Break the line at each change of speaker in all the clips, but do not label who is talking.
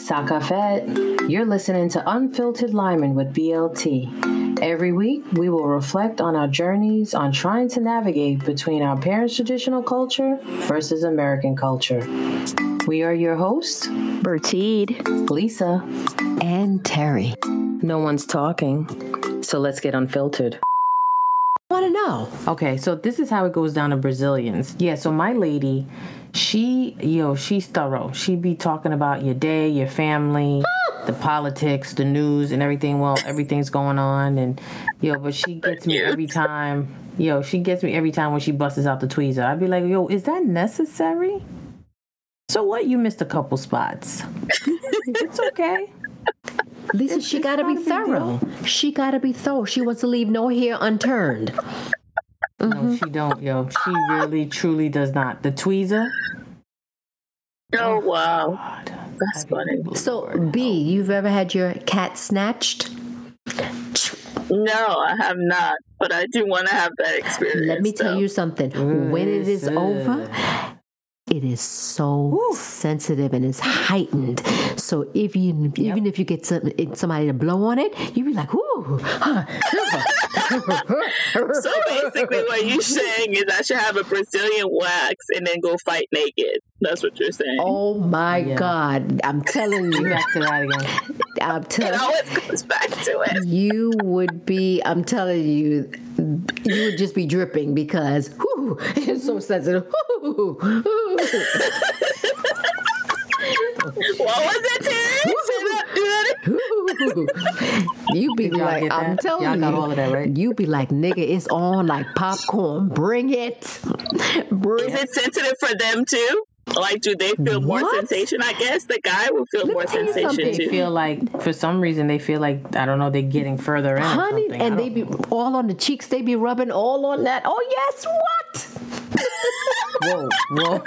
Sakafet. You're listening to Unfiltered Lyman with BLT. Every week, we will reflect on our journeys on trying to navigate between our parents' traditional culture versus American culture. We are your hosts,
Bertide.
Lisa.
and Terry.
No one's talking, so let's get unfiltered.
Want to know?
Okay, so this is how it goes down to Brazilians. Yeah, so my lady, she, yo, she's thorough. She be talking about your day, your family, the politics, the news, and everything. Well, everything's going on, and yo, but she gets me every time. Yo, she gets me every time when she busts out the tweezer. I'd be like, yo, is that necessary? So what? You missed a couple spots. it's okay.
Lisa, she got to be thorough. She got to be thorough. She wants to leave no hair unturned. Mm-hmm.
No, she don't, yo. She really, truly does not. The tweezer.
Oh, wow.
God.
That's funny.
So, B, you've ever had your cat snatched?
No, I have not, but I do want to have that experience.
Let me tell
though.
you something. when it is over, it is so sensitive and it's heightened. So if you even if you get some, it- somebody to blow on it, you be like, "Ooh!" huh."
So basically, what you're saying is I should have a Brazilian wax and then go fight naked. That's what you're saying.
oh my God! I'm telling
You
you,
back to that again.
I'm
It
telling
always comes back to it.
you would be i'm telling you you would just be dripping because whew, it's so sensitive Whew, whew.
What was that, Terry? Say that- do that again.
you'd be
y'all
like
get that?
i'm telling
Y'all
you
got all of that, right?
you'd be like nigga it's on like popcorn bring it bring
Is
it
it sensitive for them too? Like, do they feel more
What?
sensation? I guess the guy will feel more
tell you
sensation
something.
too.
They feel like, for some reason, they feel like I don't know. They're getting further in, or
honey
something. I
and
don't-
they be all on the cheeks they be rubbing all on that oh yes what
whoa, whoa,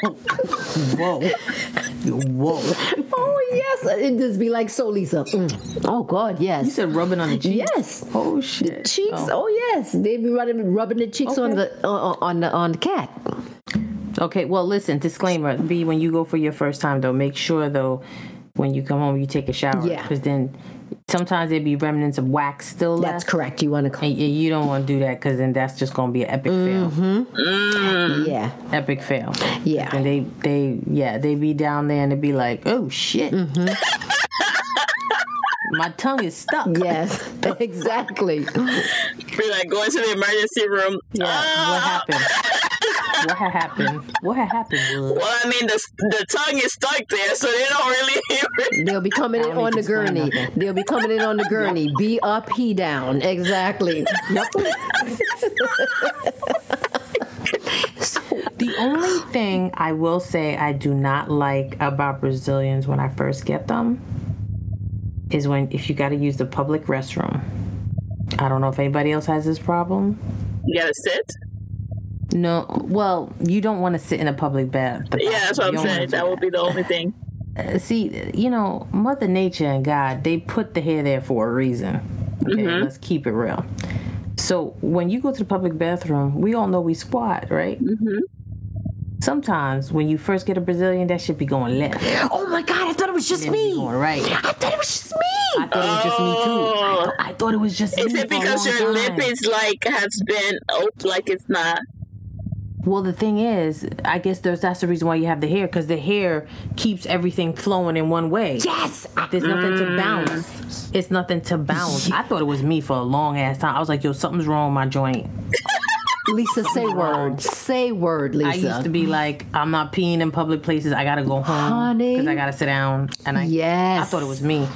whoa, whoa.
oh yes it just be like so lisa Mm. oh god
You
yes
said rubbing on the cheeks.
yes
Oh shit.
cheeks. Oh, yes, they be rubbing rubbing the cheeks on
Okay.
the on, on the on the cat.
Okay. Well, listen. Disclaimer: B, when you go for your first time, though, make sure though, when you come home, you take a shower.
Yeah.
Because then, sometimes there'd be remnants of wax still
That's
left.
correct. You want to clean?
And y- you don't want to do that because then that's just going to be an epic
Mm-hmm.
fail. Mm-hmm.
Yeah,
Epic fail. And
yeah.
they, they, yeah, they be down there and they be like, oh shit. Mm-hmm. My tongue is stuck.
Yes, exactly.
Be like going to the emergency room.
Yeah, What
Ah,
happened? What had happened? What had happened? Wood?
Well, I mean, the, the tongue is stuck there, so they don't really hear it.
They'll be coming in
don't need
on
to
the
explain
gurney.
nothing.
They'll be coming in on the gurney. Be up, he down. Exactly.
The only thing I will say I do not like about Brazilians when I first get them is when if you got to use the public restroom. I don't know if anybody else has this problem.
You gotta sit.
No, well, you don't want to sit in a public bath.
Yeah, that's what I'm saying. That would be the only thing.
See, you know, Mother Nature and God, they put the hair there for a reason. Okay,
Mm-hmm.
let's keep it real. So when you go to the public bathroom, we all know we squat, right? Mm-hmm. Sometimes when you first get a Brazilian, that should be going left.
Oh my God! I thought it was just
It be
me.
going right.
I thought it was just me.
I thought it was just me too. I, thought- I thought it was just
Is
me.
it
for a
because
long
your
time.
lip is like has been oh like it's not?
Well, the thing is, I guess there's that's the reason why you have the hair because the hair keeps everything flowing in one way.
Yes. I-
There's nothing to balance. It's nothing to balance. I thought it was me for a long ass time. I was like, yo, something's wrong with my joint.
Lisa, say word. Say word,
I used to
Lisa.
be like, I'm not peeing in public places. I gotta go home
Honey.
because I gotta sit down. And I,
Yes.
I thought it was me.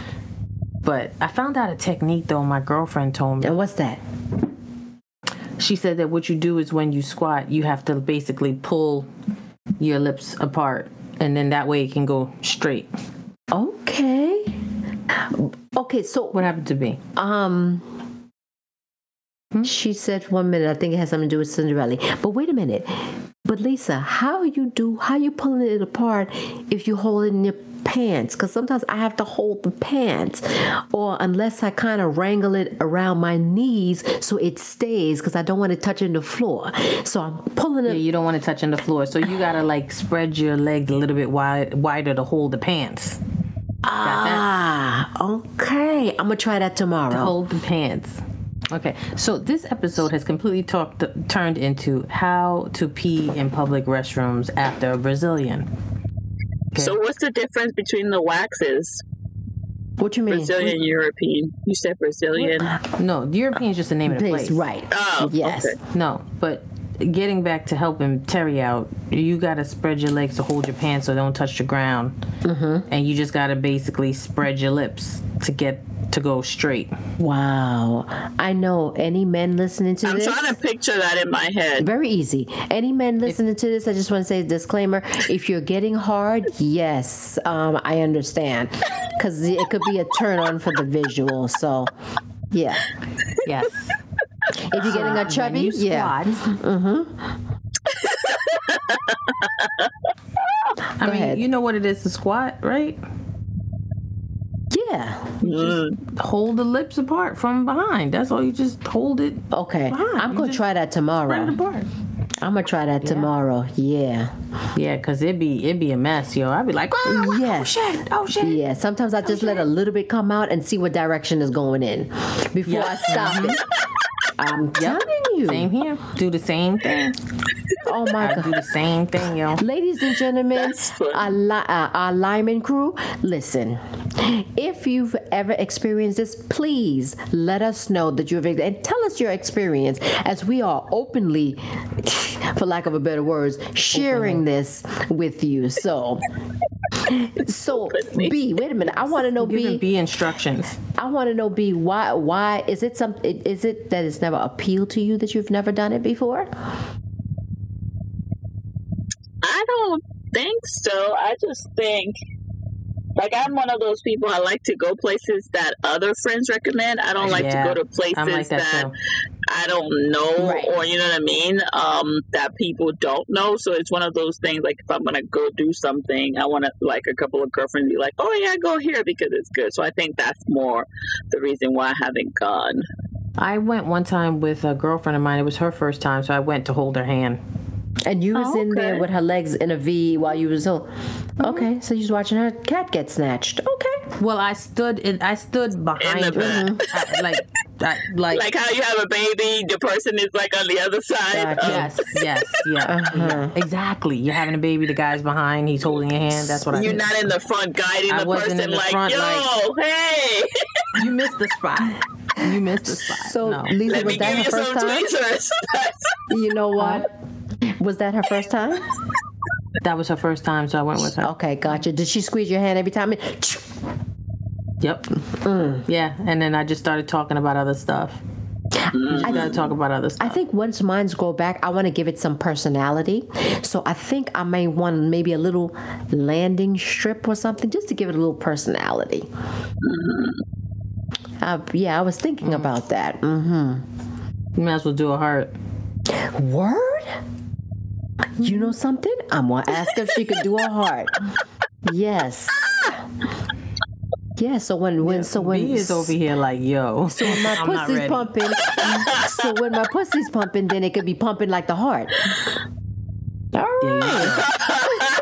But I found out a technique though. My girlfriend told me.
And what's that?
She said that what you do is when you squat, you have to basically pull your lips apart, and then that way it can go straight.
Okay. Okay. So
What happened to me?
Um,
Hmm?
she said one minute. I think it has something to do with Cinderella. But wait a minute. But Lisa, how you do? How you pulling it apart if you hold it in your pants? Because sometimes I have to hold the pants, or unless I kind of wrangle it around my knees so it stays, because I don't want it touching the floor. So I'm pulling
Yeah,
it.
you don't want to touch on the floor, so you gotta like spread your legs a little bit wide, wider to hold the pants.
Ah, okay. I'm gonna try that tomorrow.
Hold the pants. Okay, so this episode has completely talked turned into how to pee in public restrooms after a Brazilian.
So what's the difference between the waxes?
What you mean?
Brazilian, European. You said Brazilian.
No, the European's just the name of the
Place,
place.
right?
Oh,
yes.
okay.
No, but getting back to helping Terry out, you gotta spread your legs to hold your pants so they don't touch the ground, mm-hmm. and you just gotta basically spread your lips to get to go straight.
Wow. I know any men listening to
I'm
this.
trying to picture that in my head.
very easy. Any men listening to this, I just want to say a disclaimer. If you're getting hard, yes, um, I understand. Because it could be a turn on for the visual. So, yeah.
Yes.
If you're getting a chubby,
you
yeah.
squat.
Uh-huh.
I mean,
ahead.
you know what it is to squat, right?
Yeah.
Hold the lips apart from behind. That's all. You just hold it
Okay.
Fine,
I'm
you
going to
just
try that
right
tomorrow.
apart.
I'm going to try that tomorrow. Yeah.
Yeah, cause it be it be a mess, yo. I'd be like, oh,
Yes.
oh shit, oh shit.
Yeah. Sometimes I just let a little bit come out and see what direction is going in before I stop it. I'm telling you.
Mm-hmm. Same here. Do the same thing.
Oh, my
I
God.
do the same thing, yo.
Ladies and gentlemen,
That's funny.
our, li- uh, our lineman crew, listen. If you've ever experienced this, please let us know that you have and tell us your experience as we are openly, for lack of a better words, sharing this with you. So, so B, wait a minute. I want to know
Giving
B.
B instructions.
I want to know B. Why? Why is it some? Is it that it's never appealed to you that you've never done it before?
I don't think so. I just think like I'm one of those people. I like to go places that other friends recommend. I don't like
Yeah,
to go to places
I'm like that,
that
too.
I don't know,
Right.
or you know what I mean, um, that people don't know. So it's one of those things. Like if I'm gonna go do something, I want to like a couple of girlfriends be like, "Oh yeah, go here because it's good." So I think that's more the reason why I haven't gone.
I went one time with a girlfriend of mine. It was her first time, so I went to hold her hand.
And you was
Oh,
in there
okay.
with her legs in a V while you was oh, okay. So you was watching her cat get snatched. Okay.
Well, I stood in, I stood behind
In the
her, I- like, I, like,
Like how you have a baby, the person is like on the other side.
Gotcha.
of-
yes, yes, yeah, yeah, exactly. You're having a baby. The guy's behind. He's holding your hand. That's what I.
You're
did.
not in the front guiding
I
the
wasn't
person
in the
like,
front,
yo,
like-
hey,
You missed the spot. You missed the spot.
So
no.
Lisa,
let
was
me
that
give
her
you
first
some
time?
tweezers.
You know what? Was that her first time?
that was her first time, so I went with her.
Okay, gotcha. Did she squeeze your hand every time?
Yep. Yeah, and then I just started talking about other stuff. You just gotta talk about other
I
stuff.
think once mines go back, I want to give it some personality. So I think I may want maybe a little landing strip or something just to give it a little personality.
Mm-hmm.
Uh, yeah, I was thinking about that. Mm.
You may as well do a heart.
Word? You know something? I'm gonna ask if she could do a heart. Yes. Yeah, so when when so when
B is over here like, yo,
my
I'm not
pussy's
ready.
pumping. so when my pussy's pumping, then it could be pumping like the heart. All right.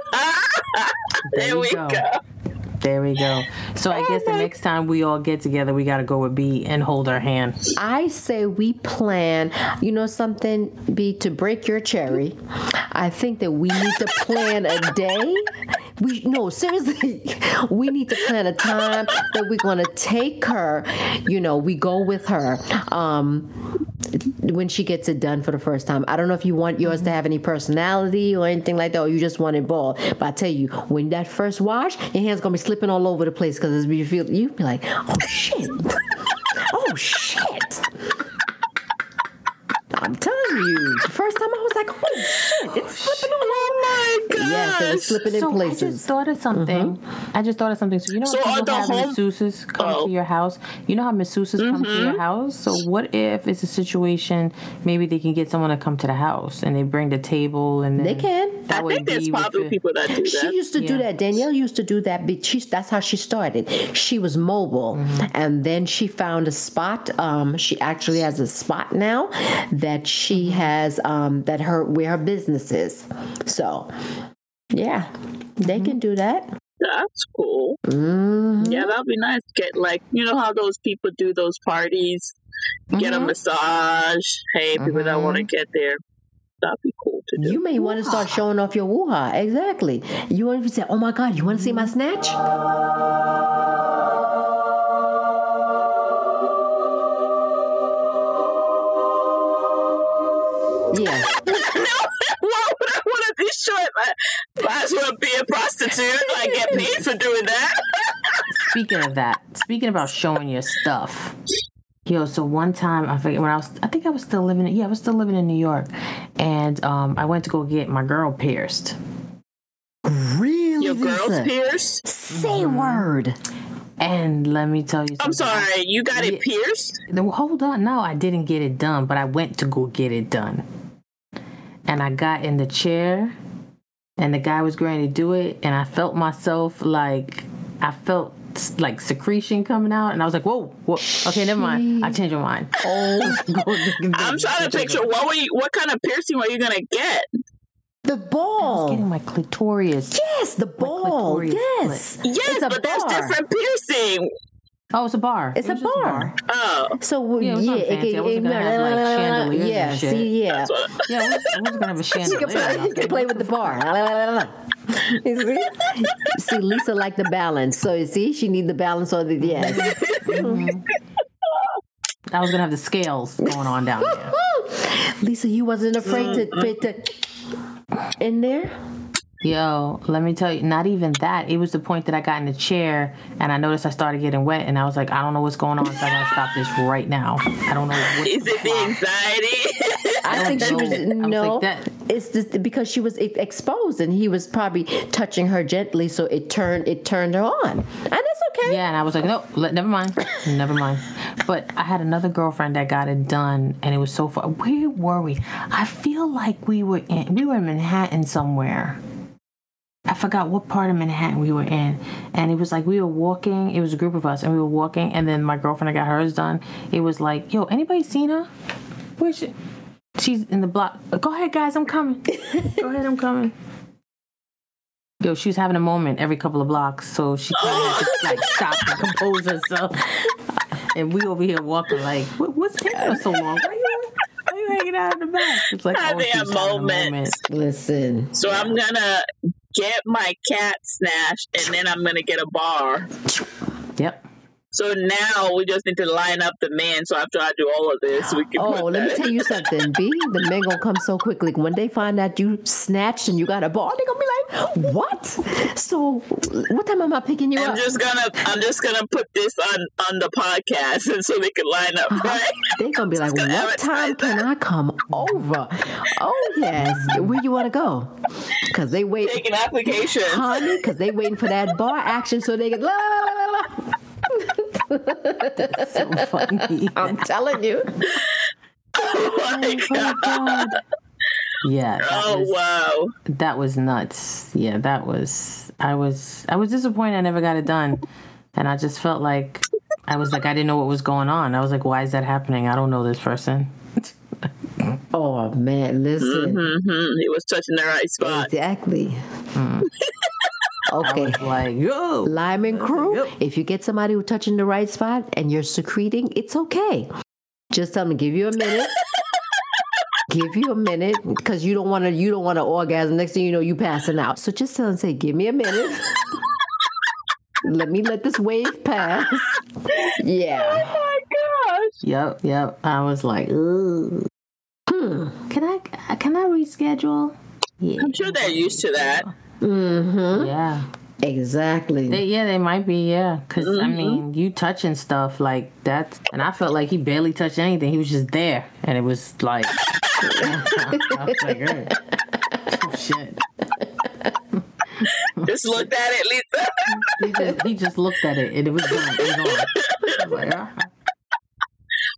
there we go.
There we go. So I guess the next time we all get together, we gotta go with B and hold her hand.
I say we plan, you know something, B, to break your cherry. I think that we need to plan a day. We no, seriously, we need to plan a time that we're gonna take her, you know, we go with her. Um when she gets it done for the first time. I don't know if you want yours to have any personality or anything like that, or you just want it bald. But I tell you, when that first wash, your hand's gonna be slipping all over the place because you feel you be like, oh shit, oh shit. I'm telling you, the first time I was like, oh shit, it's slipping all over.
Oh my gosh.
Yes, it was slipping in
So I
places. Mm-hmm.
just thought of something. I just thought of something. So you know,
So
when
are
people
the
have
home-
masseuses come
Oh. Mm-hmm.
to your house. You know how masseuses come to your house. So what if it's a situation? Maybe they can get someone to come to the house and they bring the table and then
They can.
That
I
way
think there's
B would
probably
feel-
people that do
She
that.
used to do
Yeah.
that. Danielle used to do that. But she, that's how she started. She was mobile, and then she found a spot. Um, she actually has a spot now that she has um, that her where her business is. So, yeah, they can do that.
That's cool.
Mm-hmm.
Yeah, that'd be nice. Get like you know how those people do those parties. Get a
Mm-hmm.
massage. Hey, people that want to get there, that'd be cool to do.
You may want to start showing off your woo-ha. Exactly. You want to say, oh my God, you want to see my snatch? Yeah.
Why would I want to be short? I might as well be a prostitute. Like get paid for doing that.
Speaking of that, speaking about showing your stuff. Yo, so one time I forget when I was I think I was still living in yeah, I was still living in New York and um I went to go get my girl pierced.
Really?
Your girl's
Lisa?
pierced.
Say word.
And let me tell you something.
I'm sorry, you got it pierced.
No, Hold on. No, I didn't get it done, but I went to go get it done. And I got in the chair, and the guy was going to do it, and I felt myself like I felt like secretion coming out, and I was like, "Whoa, whoa. okay, never mind. I changed my mind." Oh,
I'm trying to picture what were you, what kind of piercing were you gonna get?
The
Getting
ball.
my clitoris.
Yes, the ball.
clitoris
Yes.
Yes,
It's a
but that's
bar.
different piercing.
Oh, it's a bar.
It's
It
a
was just
bar.
Oh,
So
Yeah, it was
yeah,
not
it
fancy.
can-
I wasn't gonna have, like, chandeliers and
yeah,
shit.
see, yeah.
that's what.
Yeah, I was, I was gonna have a
You can, play, you
chandelier.
can play with the bar. You see? see, Lisa like the balance. So you see, she need the balance on the yes.
I was gonna have the scales going on down there.
Lisa, you wasn't afraid to
Mm-hmm.
fit the in there.
Yo, let me tell you, not even that. It was the point that I got in the chair and I noticed I started getting wet and I was like, I don't know what's going on, so I gotta stop this right now. I don't know what
Is it the anxiety?
I think she was
know. I was
no.
like, that-
it's just because she was e- exposed, and he was probably touching her gently, so it turned it turned her on, and that's okay.
Yeah, and I was like, no, let, never mind, never mind. But I had another girlfriend that got it done, and it was so far. Where were we? I feel like we were in we were in Manhattan somewhere. I forgot what part of Manhattan we were in, and it was like we were walking. It was a group of us, and we were walking. And then my girlfriend, I got hers done. It was like, yo, anybody seen her? Where's she? She's in the block. Go ahead, guys, I'm coming. Go ahead, I'm coming. Yo, she was having a moment every couple of blocks, so she kind of had to like stop and compose herself. And we over here walking like, what, what's taking her so long? Why you, why you hanging out in the back? It's like
Having
she's
a
having
moment.
Listen,
so I'm gonna get my cat snatched, and then I'm gonna get a bar.
Yep.
So now we just need to line up the man. So after I do all of this, we can.
Oh,
put
let me
that-
tell you something, B. The men gonna come so quickly. When they find out you snatched and you got a ball, they gonna be like, "What? So, what time am I picking you
I'm
up?"
just gonna I'm just gonna put this on on the podcast, and so they can line up
Uh-huh.
right.
they gonna be like,
gonna
"What time
advertise
can I come over?" Oh yes, where you wanna go? Cause they wait,
Taking applications.
honey. Cause they waiting for that bar action so they can. La, la, la, la, la.
So funny.
I'm telling you,
Oh my God.
yeah. That
Oh
was,
wow.
that was nuts. Yeah, that was. I was. I was disappointed. I never got it done, and I just felt like I was like I didn't know what was going on. I was like, why is that happening? I don't know this person.
oh man, listen,
Mm-hmm. He was touching the right spot.
exactly. Hmm.
I
Okay.
was like, yo.
Lyman crew, if you get somebody who touching the right spot and you're secreting, it's okay. Just tell them to give you a minute. give you a minute because you don't want to. You don't want to orgasm. Next thing you know, you passing out. So just tell them say, give me a minute. let me let this wave pass. yeah.
Oh my gosh.
Yep, yep. I was like, ooh. Can I can I reschedule? Yeah.
I'm sure they're used to that.
Mm-hmm.
Yeah.
Exactly.
They, yeah, they might be, yeah. because I mean, you touching stuff like that and I felt like he barely touched anything. He was just there. And it was like I was like, "Ugh." oh, shit.
Just looked at it, Lisa.
He just, he just looked at it and it was done. It was on. I was like, ah.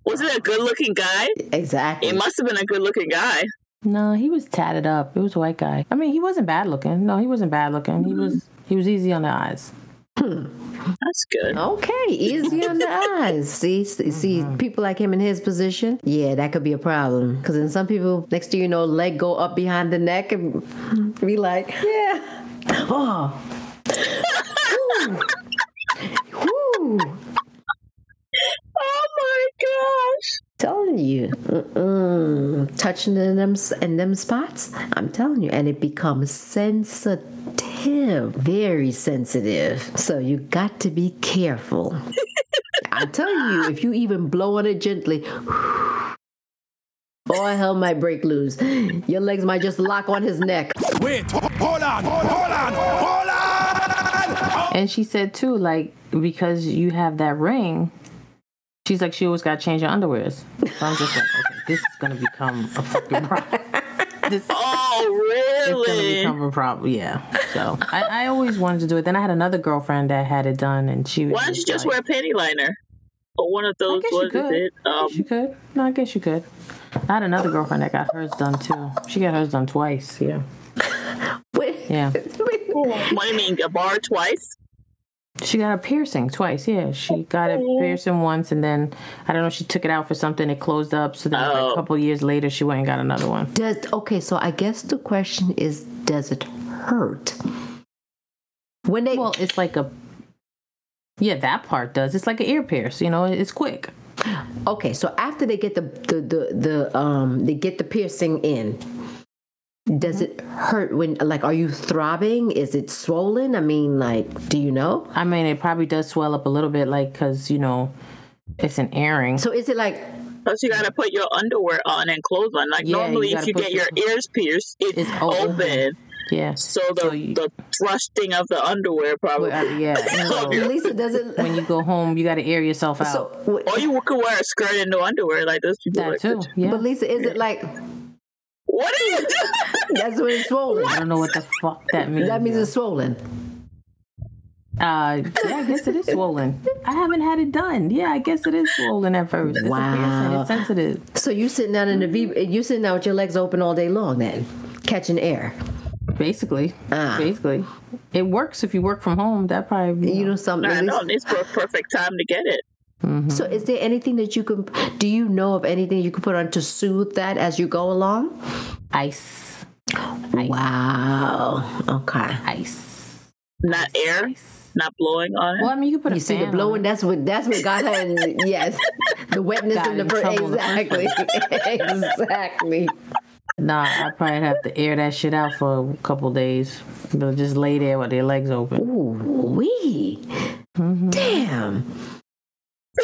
Was it a good looking guy?
exactly.
Mm.
It must have been a good looking guy.
No, he was tatted up. It was a white guy. I mean, he wasn't bad looking. No, he wasn't bad looking. He was he was easy on the eyes.
That's good.
Okay, easy on the eyes. See, see, see, people like him in his position. Yeah, that could be a problem. Because then some people, next thing you know, leg go up behind the neck and be like, yeah, oh, Woo. Woo.
Oh my gosh.
Telling you, Mm-mm. touching in them in them spots. I'm telling you, and it becomes sensitive, very sensitive. So you got to be careful. I'm telling you, if you even blow on it gently, boy, hell might break loose. Your legs might just lock on his neck.
Wait, ho- hold on, hold on, hold on!
And she said too, like because you have that ring, she's like she always got to change her underwears. So I'm just like, okay, this is gonna become a fucking problem. This
Oh,
it's gonna
really?
become a problem. Yeah. So I, I always wanted to do it. Then I had another girlfriend that had it done, and she was.
Why don't you just
like,
wear a penny liner? Or one of
I
those,
guess you
what is
could.
it?
I
Um,
guess you could. No, I guess you could. I had another girlfriend that got hers done too. She got hers done twice. Yeah.
Wait,
Yeah.
wait.
what do you mean, a bar twice?
She got a piercing twice. Yeah, she got a piercing once, and then I don't know. She took it out for something. It closed up. So then, like,
Oh.
a couple years later, she went and got another one.
Does okay, so I guess the question is does it hurt? When they
Well, it's like a yeah, that part does. It's like an ear pierce. You know, it's quick.
okay, so after they get the the the, the um they get the piercing in does it hurt when like are you throbbing? Is it swollen? I mean like do you know?
I mean, it probably does swell up a little bit, like because you know, it's an earring.
So is it like
Plus, you got to put your underwear on and clothes on. Like,
Yeah, you
normally, if
gotta
you
put
get your
your-
ears pierced, it's,
It's
open.
open. Yeah.
So the,
you-
the thrusting of the underwear probably.
Well, uh, yeah. you know,
Lisa does it
when you go home, you got to air yourself out.
so wait,
or you could wear a skirt and no underwear like those people.
that
like,
too. Yeah.
but Lisa is it like
What are you doing?
that's when it's swollen?
I don't know what the fuck that means.
That means it's swollen.
Uh, yeah, I guess it is swollen. I haven't had it done. Yeah, I guess it is swollen at first. It's
Wow.
a piercing. It's sensitive.
So you sitting down in the V you sitting down with your legs open all day long then, catching air.
Basically,
Ah.
basically, it works if you work from home. That probably
You know something.
I
at least-
know, it's per- perfect time to get it.
So, is there anything that you can? Do you know of anything you can put on to soothe that as you go along?
ice,
Wow. Okay.
ice.
Not air, not blowing on it.
Well, I mean, you could put
You
a
see
fan
the
On.
blowing.
it.
That's what. That's what got her. In, yes, the wetness
Got
in the
in
first.
trouble the first
Exactly. exactly.
Nah, I probably have to air that shit out for a couple days. They'll just lay there with their legs open.
Ooh wee. Damn.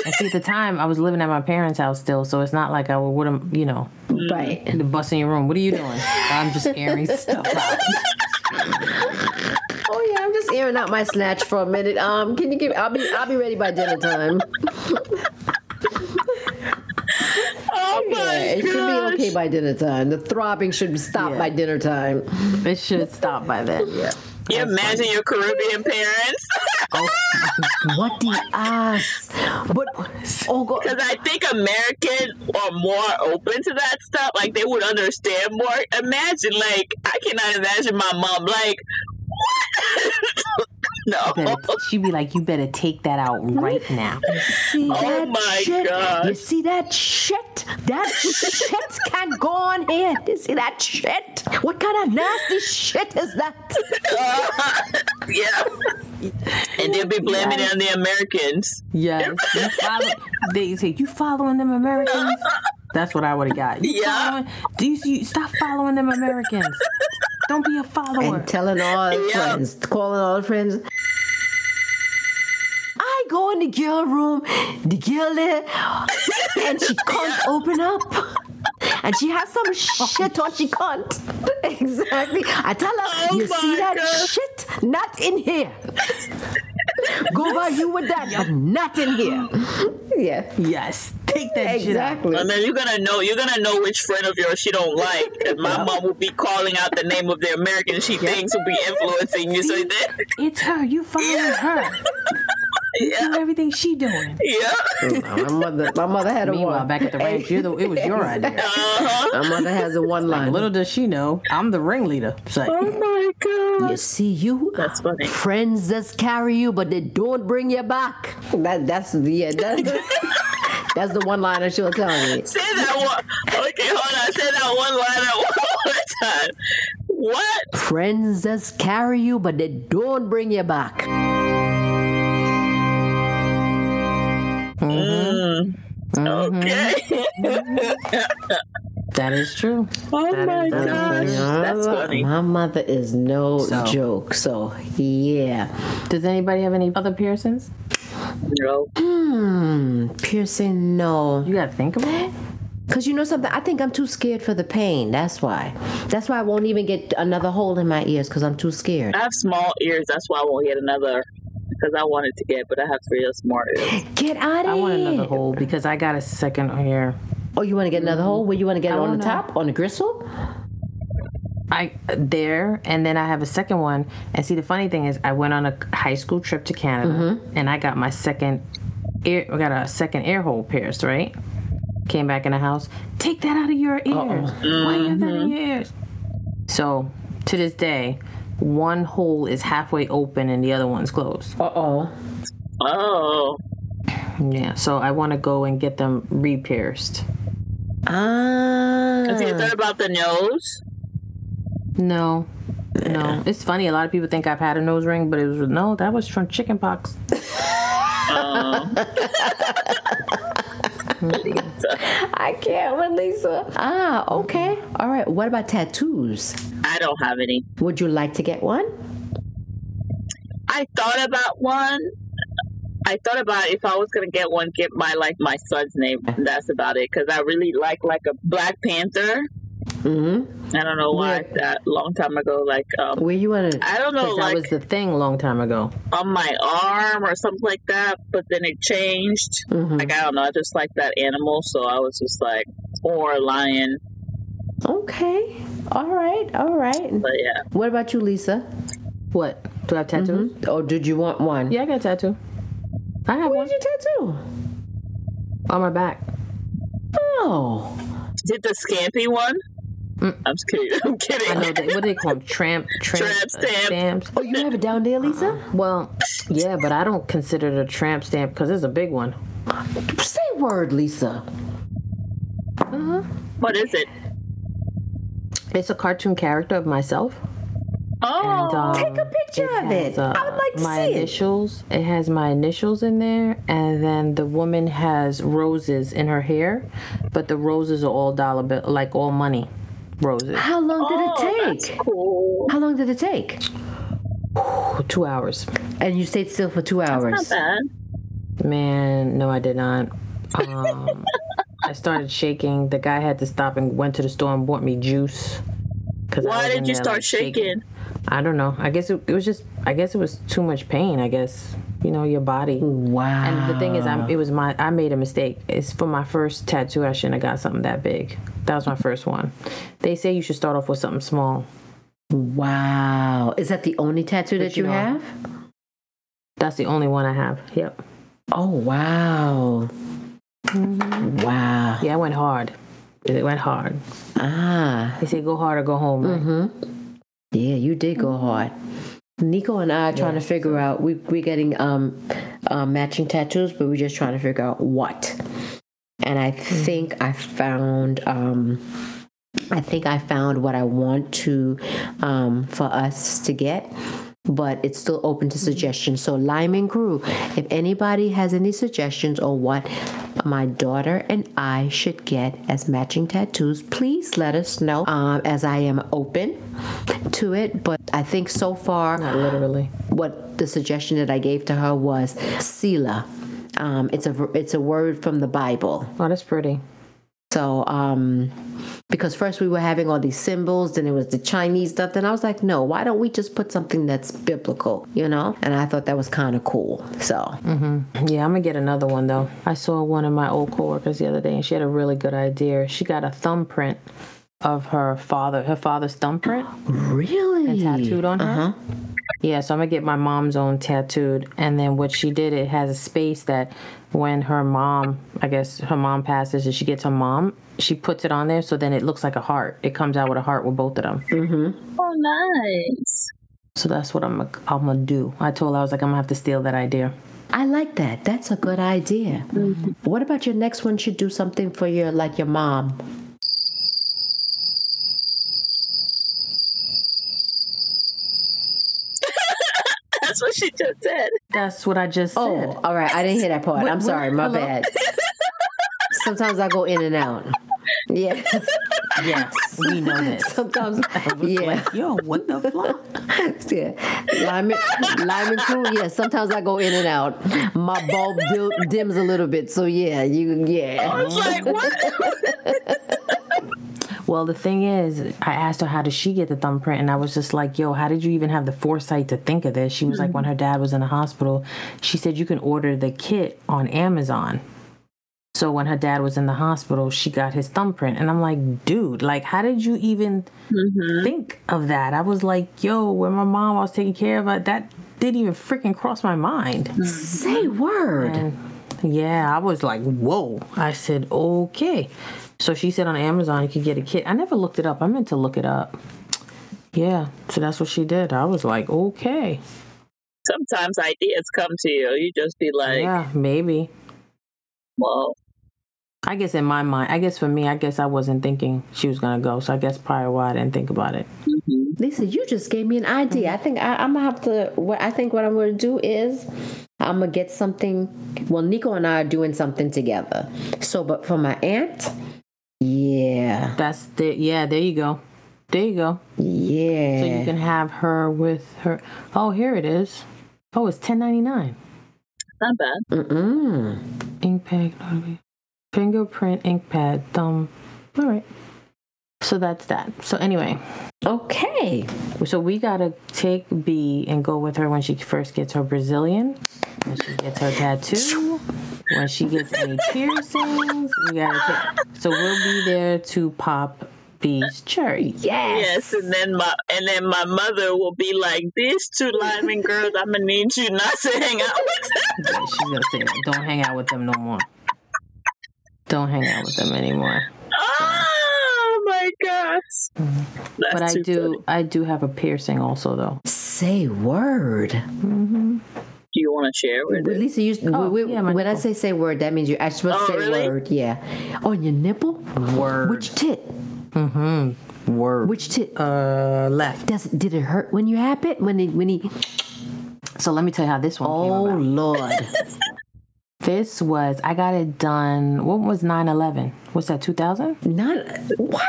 And see, at the time, I was living at my parents' house still, so it's not like I would, would've- you know,
Right.
the bus in your room. What are you doing? I'm just airing stuff out.
Oh yeah. I'm just airing out my snatch for a minute. Um. Can you give? I'll be. I'll be ready by dinner time.
oh
Yeah,
my
it should be
gosh.
okay by dinner time. The throbbing should stop by dinner time.
It should stop by then. Yeah.
You imagine your Caribbean parents?
What the ass? But oh god,
Because I think Americans are more open to that stuff. Like they would understand more. Imagine, like I cannot imagine my mom like what? no,
Better, she'd be like, "You better take that out right now."
see that
my
shit?
God.
You see that shit? That shit can go on here. You see that shit? What kind of nasty shit is that?
yeah. And they'll be blaming it on the Americans.
Yes, you follow, they say you following them Americans. That's what I would have got. You
Yeah.
following- do you, you stop following them Americans? Don't be a follower.
And telling all
Yeah.
friends, calling all friends. I go in the girl room, the girl there, and she can't open up. And she has some shit on she can't. Exactly. I tell her,
Oh
you see
my
that
God.
shit? Not in here. Go by you with that, but not in here. Yeah.
yes, take that
Exactly.
And then you're gonna know you're gonna know which friend of yours she don't like. Because my mom will be calling out the name of the American she thinks will be influencing you. So then,
shit out. It's her. You following her. You doing everything she doing.
yeah,
My mother, my mother had a
Meanwhile,
one.
back at the ranch, you're the, it was your idea.
my mother has a one line.
Little does she know, I'm the ringleader. It's like,
You see, you
That's funny.
friends just carry you, but they don't bring you back. That that's the yeah, that, that's the one liner she'll tell me.
say that one. Okay, hold on. Say that one line at one more time. What?
Friends does carry you, but they don't bring you back.
Mm-hmm.
Okay.
That is true.
Oh
That
my
is- that is
gosh.
funny.
That's
My-
funny.
My mother is no
So.
joke. So, yeah.
Does anybody have any other piercings?
No.
Hmm. Piercing, no.
You gotta think about it.
Because you know something? I think I'm too scared for the pain. That's why. That's why I won't even get another hole in my ears because I'm too scared.
I have small ears. That's why I won't get another because I wanted to get, but I have real small ears.
Get out
I
of here.
want another hole because I got a second here.
Oh, you want to get another hole? Where you want to get it on the
wanna-
top? On the gristle?
I there, and then I have a second one. And see, the funny thing is, I went on a high school trip to Canada, and I got my second ear. I got a second ear hole pierced. Right? Came back in the house. Take that out of your ears. Why you have that in your ears? So to this day, one hole is halfway open and the other one's closed.
Uh oh.
Oh,
Yeah. So I want to go and get them re-pierced.
Ah.
have you thought about the nose?
No. No, it's funny. A lot of people think I've had a nose ring, but it was no. That was from chicken pox.
I can't with Lisa. Ah, okay. All right. What about tattoos?
I don't have any.
Would you like to get one?
I thought about one. I thought about if I was gonna get one, get my like my son's name. That's about it because I really like like a Black Panther. Mm-hmm. I don't know why that long time ago. Like um,
Where you want to?
I don't know,
'Cause that
like
was the thing a long time ago.
on my arm or something like that. But then it changed.
Mm-hmm.
Like I don't know. I just like that animal, so I was just like or a lion.
Okay. All right. All right.
But yeah,
What about you, Lisa?
What? Do I have tattoos?
Or Oh, did you want
Mm-hmm.
one?
Yeah, I got a tattoo. I have
What
one
did you tattoo?
on my back.
Oh.
is it the scampy one? I'm just kidding. I'm
Mm. I know
kidding.
they, what do they call them? Tramp, tramp,
Tramp
uh,
stamp.
stamps.
Oh, you have it down there, Lisa?
Well, yeah, but I don't consider it a tramp stamp because it's a big one.
Say word, Lisa.
What is it?
It's a cartoon character of myself.
Oh,
And, um,
Take a picture of it.
has, uh,
I would like to
my
see it.
initials. It has my initials in there, and then the woman has roses in her hair, but the roses are all dollar bill, like all money roses.
How long did it
Oh, that's
take?
cool.
How long did it take?
For two hours.
And you stayed still for two
Not
hours.
bad.
Man, no, I did not. Um, I started shaking. The guy had to stop and went to the store and bought me juice. 'cause I was
Why
in
did you
there,
start
like,
shaking?
I don't know. I guess it, it was just. I guess it was too much pain. I guess you know your body.
Wow.
And the thing is, I, it was my I made a mistake. It's for my first tattoo. I shouldn't have got something that big. That was my first one. They say you should start off with something small.
wow. Is that the only tattoo that
you
you
know-
have?
That's the only one I have. Yep.
Oh wow. Wow.
Yeah, I went hard. It went hard.
Ah.
They say go hard or go home.
Mm-hmm.
Right?
Yeah, you did go hard. Nico and I are trying to figure out we we're getting um uh, matching tattoos, but we're just trying to figure out what. And I think I found um I think I found what I want to um for us to get. But it's still open to suggestions. So Lyman Crew, if anybody has any suggestions on what my daughter and I should get as matching tattoos, please let us know. Um, as I am open to it, but I think so far
Not literally.
what the suggestion that I gave to her was sila. Um, it's a it's a word from the Bible.
Oh, that's pretty.
So um, because first we were having all these symbols, then it was the Chinese stuff. Then I was like, no, why don't we just put something that's biblical, you know? And I thought that was kind of cool. So
Yeah, I'm gonna get another one though. I saw one of my old coworkers the other day, and she had a really good idea. She got a thumbprint of her father, her father's thumbprint.
really,
tattooed on her. Yeah, so I'm gonna get my mom's own tattooed, and then what she did, it has a space that when her mom, I guess her mom passes, and she gets her mom, she puts it on there, so then it looks like a heart. It comes out with a heart with both of them. Mm-hmm.
Oh, nice.
So that's what I'm I'm gonna do. I told her I was like I'm gonna have to steal that idea.
I like that. That's a good idea. What about your next one? Should do something for your like your mom.
That's what she just said.
That's what I just said.
Oh, all right. I didn't hear that part.
Wait,
I'm
wait,
sorry. My
hello?
bad. Sometimes I go in and out. Yeah.
Yes, we know this.
Sometimes. Yeah.
Like, yo, what the fuck?
Yeah. Lyman, Lyman crew. Yeah. Sometimes I go in and out. My bulb dil- dims a little bit. So yeah. You.
I
Yeah.
was like,
Mm-hmm.
what?
Well, the thing is, I asked her how did she get the thumbprint, and I was just like, "Yo, how did you even have the foresight to think of this?" She was like, "When her dad was in the hospital, she said you can order the kit on Amazon." So when her dad was in the hospital, she got his thumbprint, and I'm like, "Dude, like, how did you even think of that?" I was like, "Yo, when my mom I was taking care of her, that didn't even freaking cross my mind."
Say word.
And yeah, I was like, whoa. I said, okay. So she said on Amazon you could get a kit. I never looked it up. I meant to look it up. Yeah, so that's what she did. I was like, okay.
Sometimes ideas come to you. You just be like,
Yeah, maybe.
well,
I guess in my mind, I guess for me, I guess I wasn't thinking she was going to go. So I guess probably why I didn't think about it.
Lisa, you just gave me an idea. I think I, I'm gonna have to. What I think what I'm gonna do is I'm gonna get something. Well, Nico and I are doing something together. So, but for my aunt, yeah,
That's the, yeah, there you go. There you go.
yeah.
So you can have her with her. Oh, here it is. Oh, it's ten ninety nine.
it's not bad.
Mm-mm.
ink pad, fingerprint, ink pad, thumb. All right. So that's that. So anyway,
Okay.
so we gotta take B and go with her when she first gets her Brazilian, when she gets her tattoo, when she gets any piercings. We gotta take. So we'll be there to pop B's cherry.
Yes, and then my and then my mother will be like, "These two Lyman girls, I'm gonna need you not to hang out with." Them.
Yeah, she's gonna say, "Don't hang out with them no more. Don't hang out with them anymore."
Oh my gosh! That's
But I
too
do,
funny.
I do have a piercing also though.
Say word.
Do you want to share with
But
it?
Lisa, you, we- we-
Oh, yeah, my
when I
nipple.
say say word, that means you're actually supposed to
Oh,
say
really?
word. Yeah. On your nipple?
Word. Mm-hmm.
Which tit?
word?
Which tit?
Uh, left.
Does did it hurt when you had it? When he, when he?
So let me tell you how this one
Oh
came about.
Lord.
This was I got it done. What was 9/11? What's that? 2000?
Not what?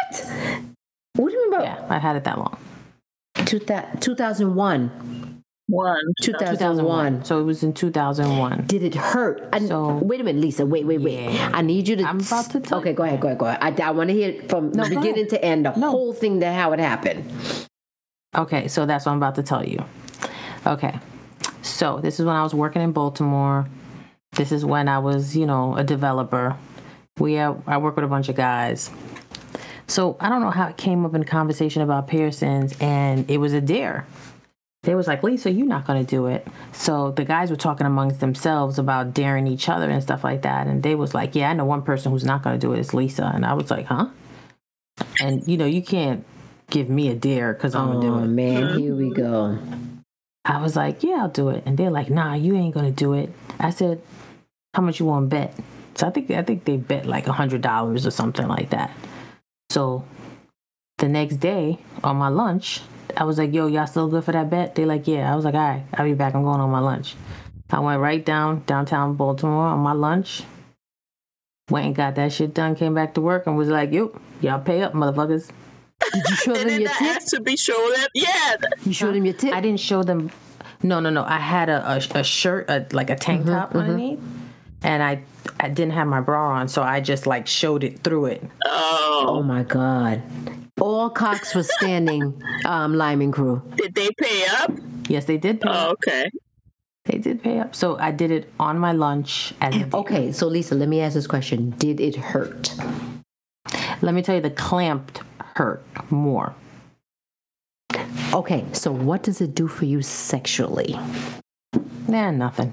What do you mean by
Yeah, I had it that long.
2000, 2001?
One,
2001.
So it was in 2001.
Did it hurt? I,
So-
wait a minute, Lisa. Wait, wait, wait.
Yeah.
I need you to.
I'm about to tell
okay,
you.
go ahead, go ahead, go ahead. I, I want to hear it from
No, go
beginning
ahead.
to end, the
No.
whole thing, that how it happened.
Okay, so that's what I'm about to tell you. Okay, so this is when I was working in Baltimore. This is when I was, you know, a developer. We uh, I work with a bunch of guys. So I don't know how it came up in conversation about piercings, and it was a dare. They was like, Lisa, you're not gonna do it. So the guys were talking amongst themselves about daring each other and stuff like that. And they was like, Yeah, I know one person who's not gonna do it. It's Lisa. And I was like, Huh? And you know, you can't give me a dare because I'm gonna do
Oh
it.
man, here we go.
I was like, yeah, I'll do it. And they're like, nah, you ain't gonna do it. I said, how much you want to bet? So I think I think they bet like a hundred dollars or something like that. So the next day on my lunch, I was like, yo, y'all still good for that bet? They like, yeah. I was like, all right, I'll be back. I'm going on my lunch. I went right down downtown Baltimore on my lunch. Went and got that shit done. Came back to work and was like, yo, y'all pay up, motherfuckers.
Did you show
And
them
then
your
that
tip?
has to be shoulder. Yeah,
You showed them your tip?
I didn't show them. No, no, no. I had a a, a shirt, a, like a tank
Mm-hmm,
top underneath, and I I didn't have my bra on, so I just like showed it through it.
Oh my God. All cocks were standing, um, Lyman crew.
did they pay up?
Yes, they did
Uh.
pay.
Oh,
up.
okay.
They did pay up. So I did it on my lunch. As a
Okay, so Lisa, let me ask this question. Did it hurt?
let me tell you, the clamped hurt more.
Okay, so what does it do for you sexually?
Nah, nothing.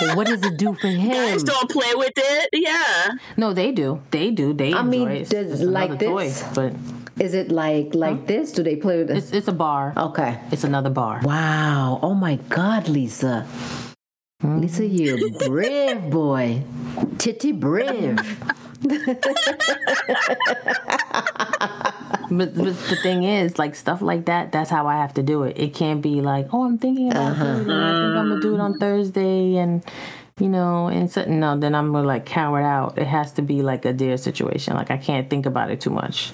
But what does it do for him?
Guys don't play with it. Yeah.
No, they do. They do. They
I
enjoy
mean,
it. It's,
does-
it's
like
another toy,
this?
but
Is it like like this? Do they play with this?
it's it's a bar.
Okay.
It's another bar.
Wow. Oh my God, Lisa.
Hmm.
Lisa, you brave boy.
Oh,
Titty brave.
but, but the thing is, like stuff like that, that's how I have to do it. It can't be like, oh, I'm thinking about this, and I think I'm gonna do it on Thursday, and you know, and so, no, then I'm gonna like cower out. It has to be like a dare situation. Like I can't think about it too much.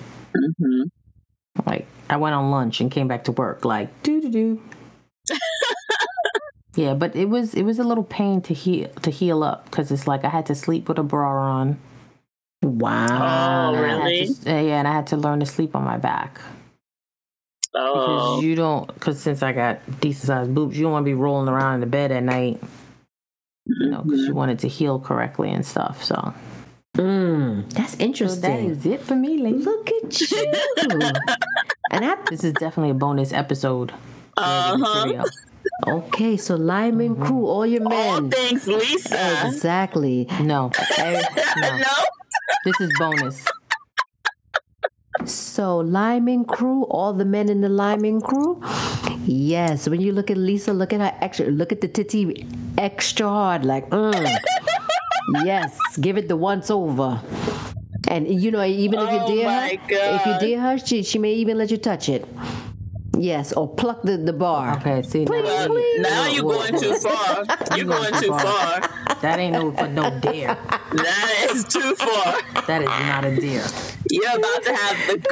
Like I went on lunch and came back to work. Like do do do. Yeah, but it was it was a little pain to heal to heal up because it's like I had to sleep with a bra on.
Wow.
Oh,
I had
really?
to- uh, yeah, and I had to learn to sleep on my back because
Oh,
you don't. Because since I got decent sized boobs, you don't want to be rolling around in the bed at night. You know, because you wanted to heal correctly and stuff. So,
Mm, that's
so that
interesting.
is it for me, ladies.
Look at you. and I
This is definitely a bonus episode.
uh huh.
Material.
okay, so lineman crew, all your
All
men.
things Lisa.
Exactly.
No, Eh, no,
No,
this is bonus.
So lineman crew, all the men in the lineman crew. Yes, when you look at Lisa, look at her extra, look at the titty extra hard, like mm. yes, give it the once over. And you know, even if you
Oh
dare her,
my
if you
God.
dare her, she, she may even let you touch it. Yes, or pluck the, the bar.
Okay, see, now,
Uh,
you-
now you're
whoa,
going
whoa,
too
whoa.
far. You're going too far.
That ain't no for no dare.
That is too far.
That is not a dare.
You're about to have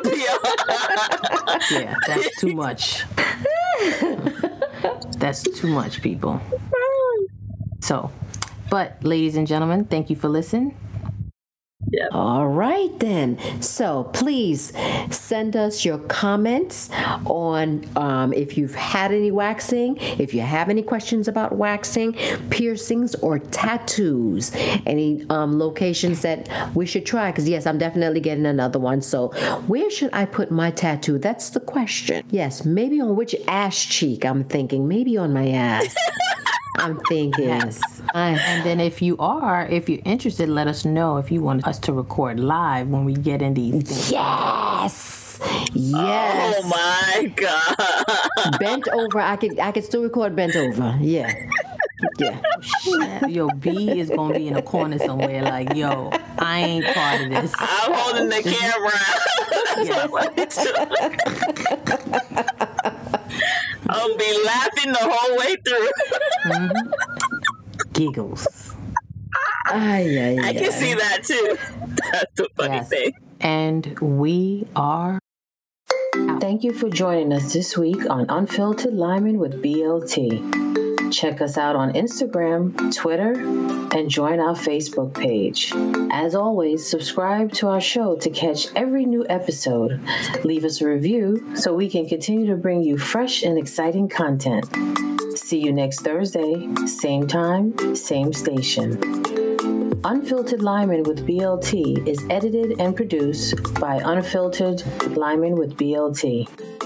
the goat appear.
Yeah, that's too much. that's too much, people. So, but ladies and gentlemen, thank you for listening.
All right, then. So please send us your comments on um, if you've had any waxing, if you have any questions about waxing, piercings, or tattoos, any um, locations that we should try. Because, yes, I'm definitely getting another one. So, where should I put my tattoo? That's the question. Yes, maybe on which ass cheek, I'm thinking. Maybe on my ass. I'm thinking.
Yes.
I,
And then if you are, if you're interested, let us know if you want us to record live when we get in these things.
yes. Yes.
Oh my god.
bent over. I could I could still record bent over. Yeah. Yeah.
Yo, B is gonna be in a corner somewhere like, yo, I ain't part of this.
I'm holding the camera.
Yes.
I'll be laughing the whole way through.
Giggles.
Ay, ay,
I
ay.
can see that too. That's the funny
Yes.
thing.
And we are
Thank you for joining us this week on Unfiltered Lyman with BLT. Check us out on Instagram, Twitter, and join our Facebook page. As always, subscribe to our show to catch every new episode. Leave us a review so we can continue to bring you fresh and exciting content. See you next Thursday, same time, same station. Unfiltered Lyman with BLT is edited and produced by Unfiltered Lyman with BLT.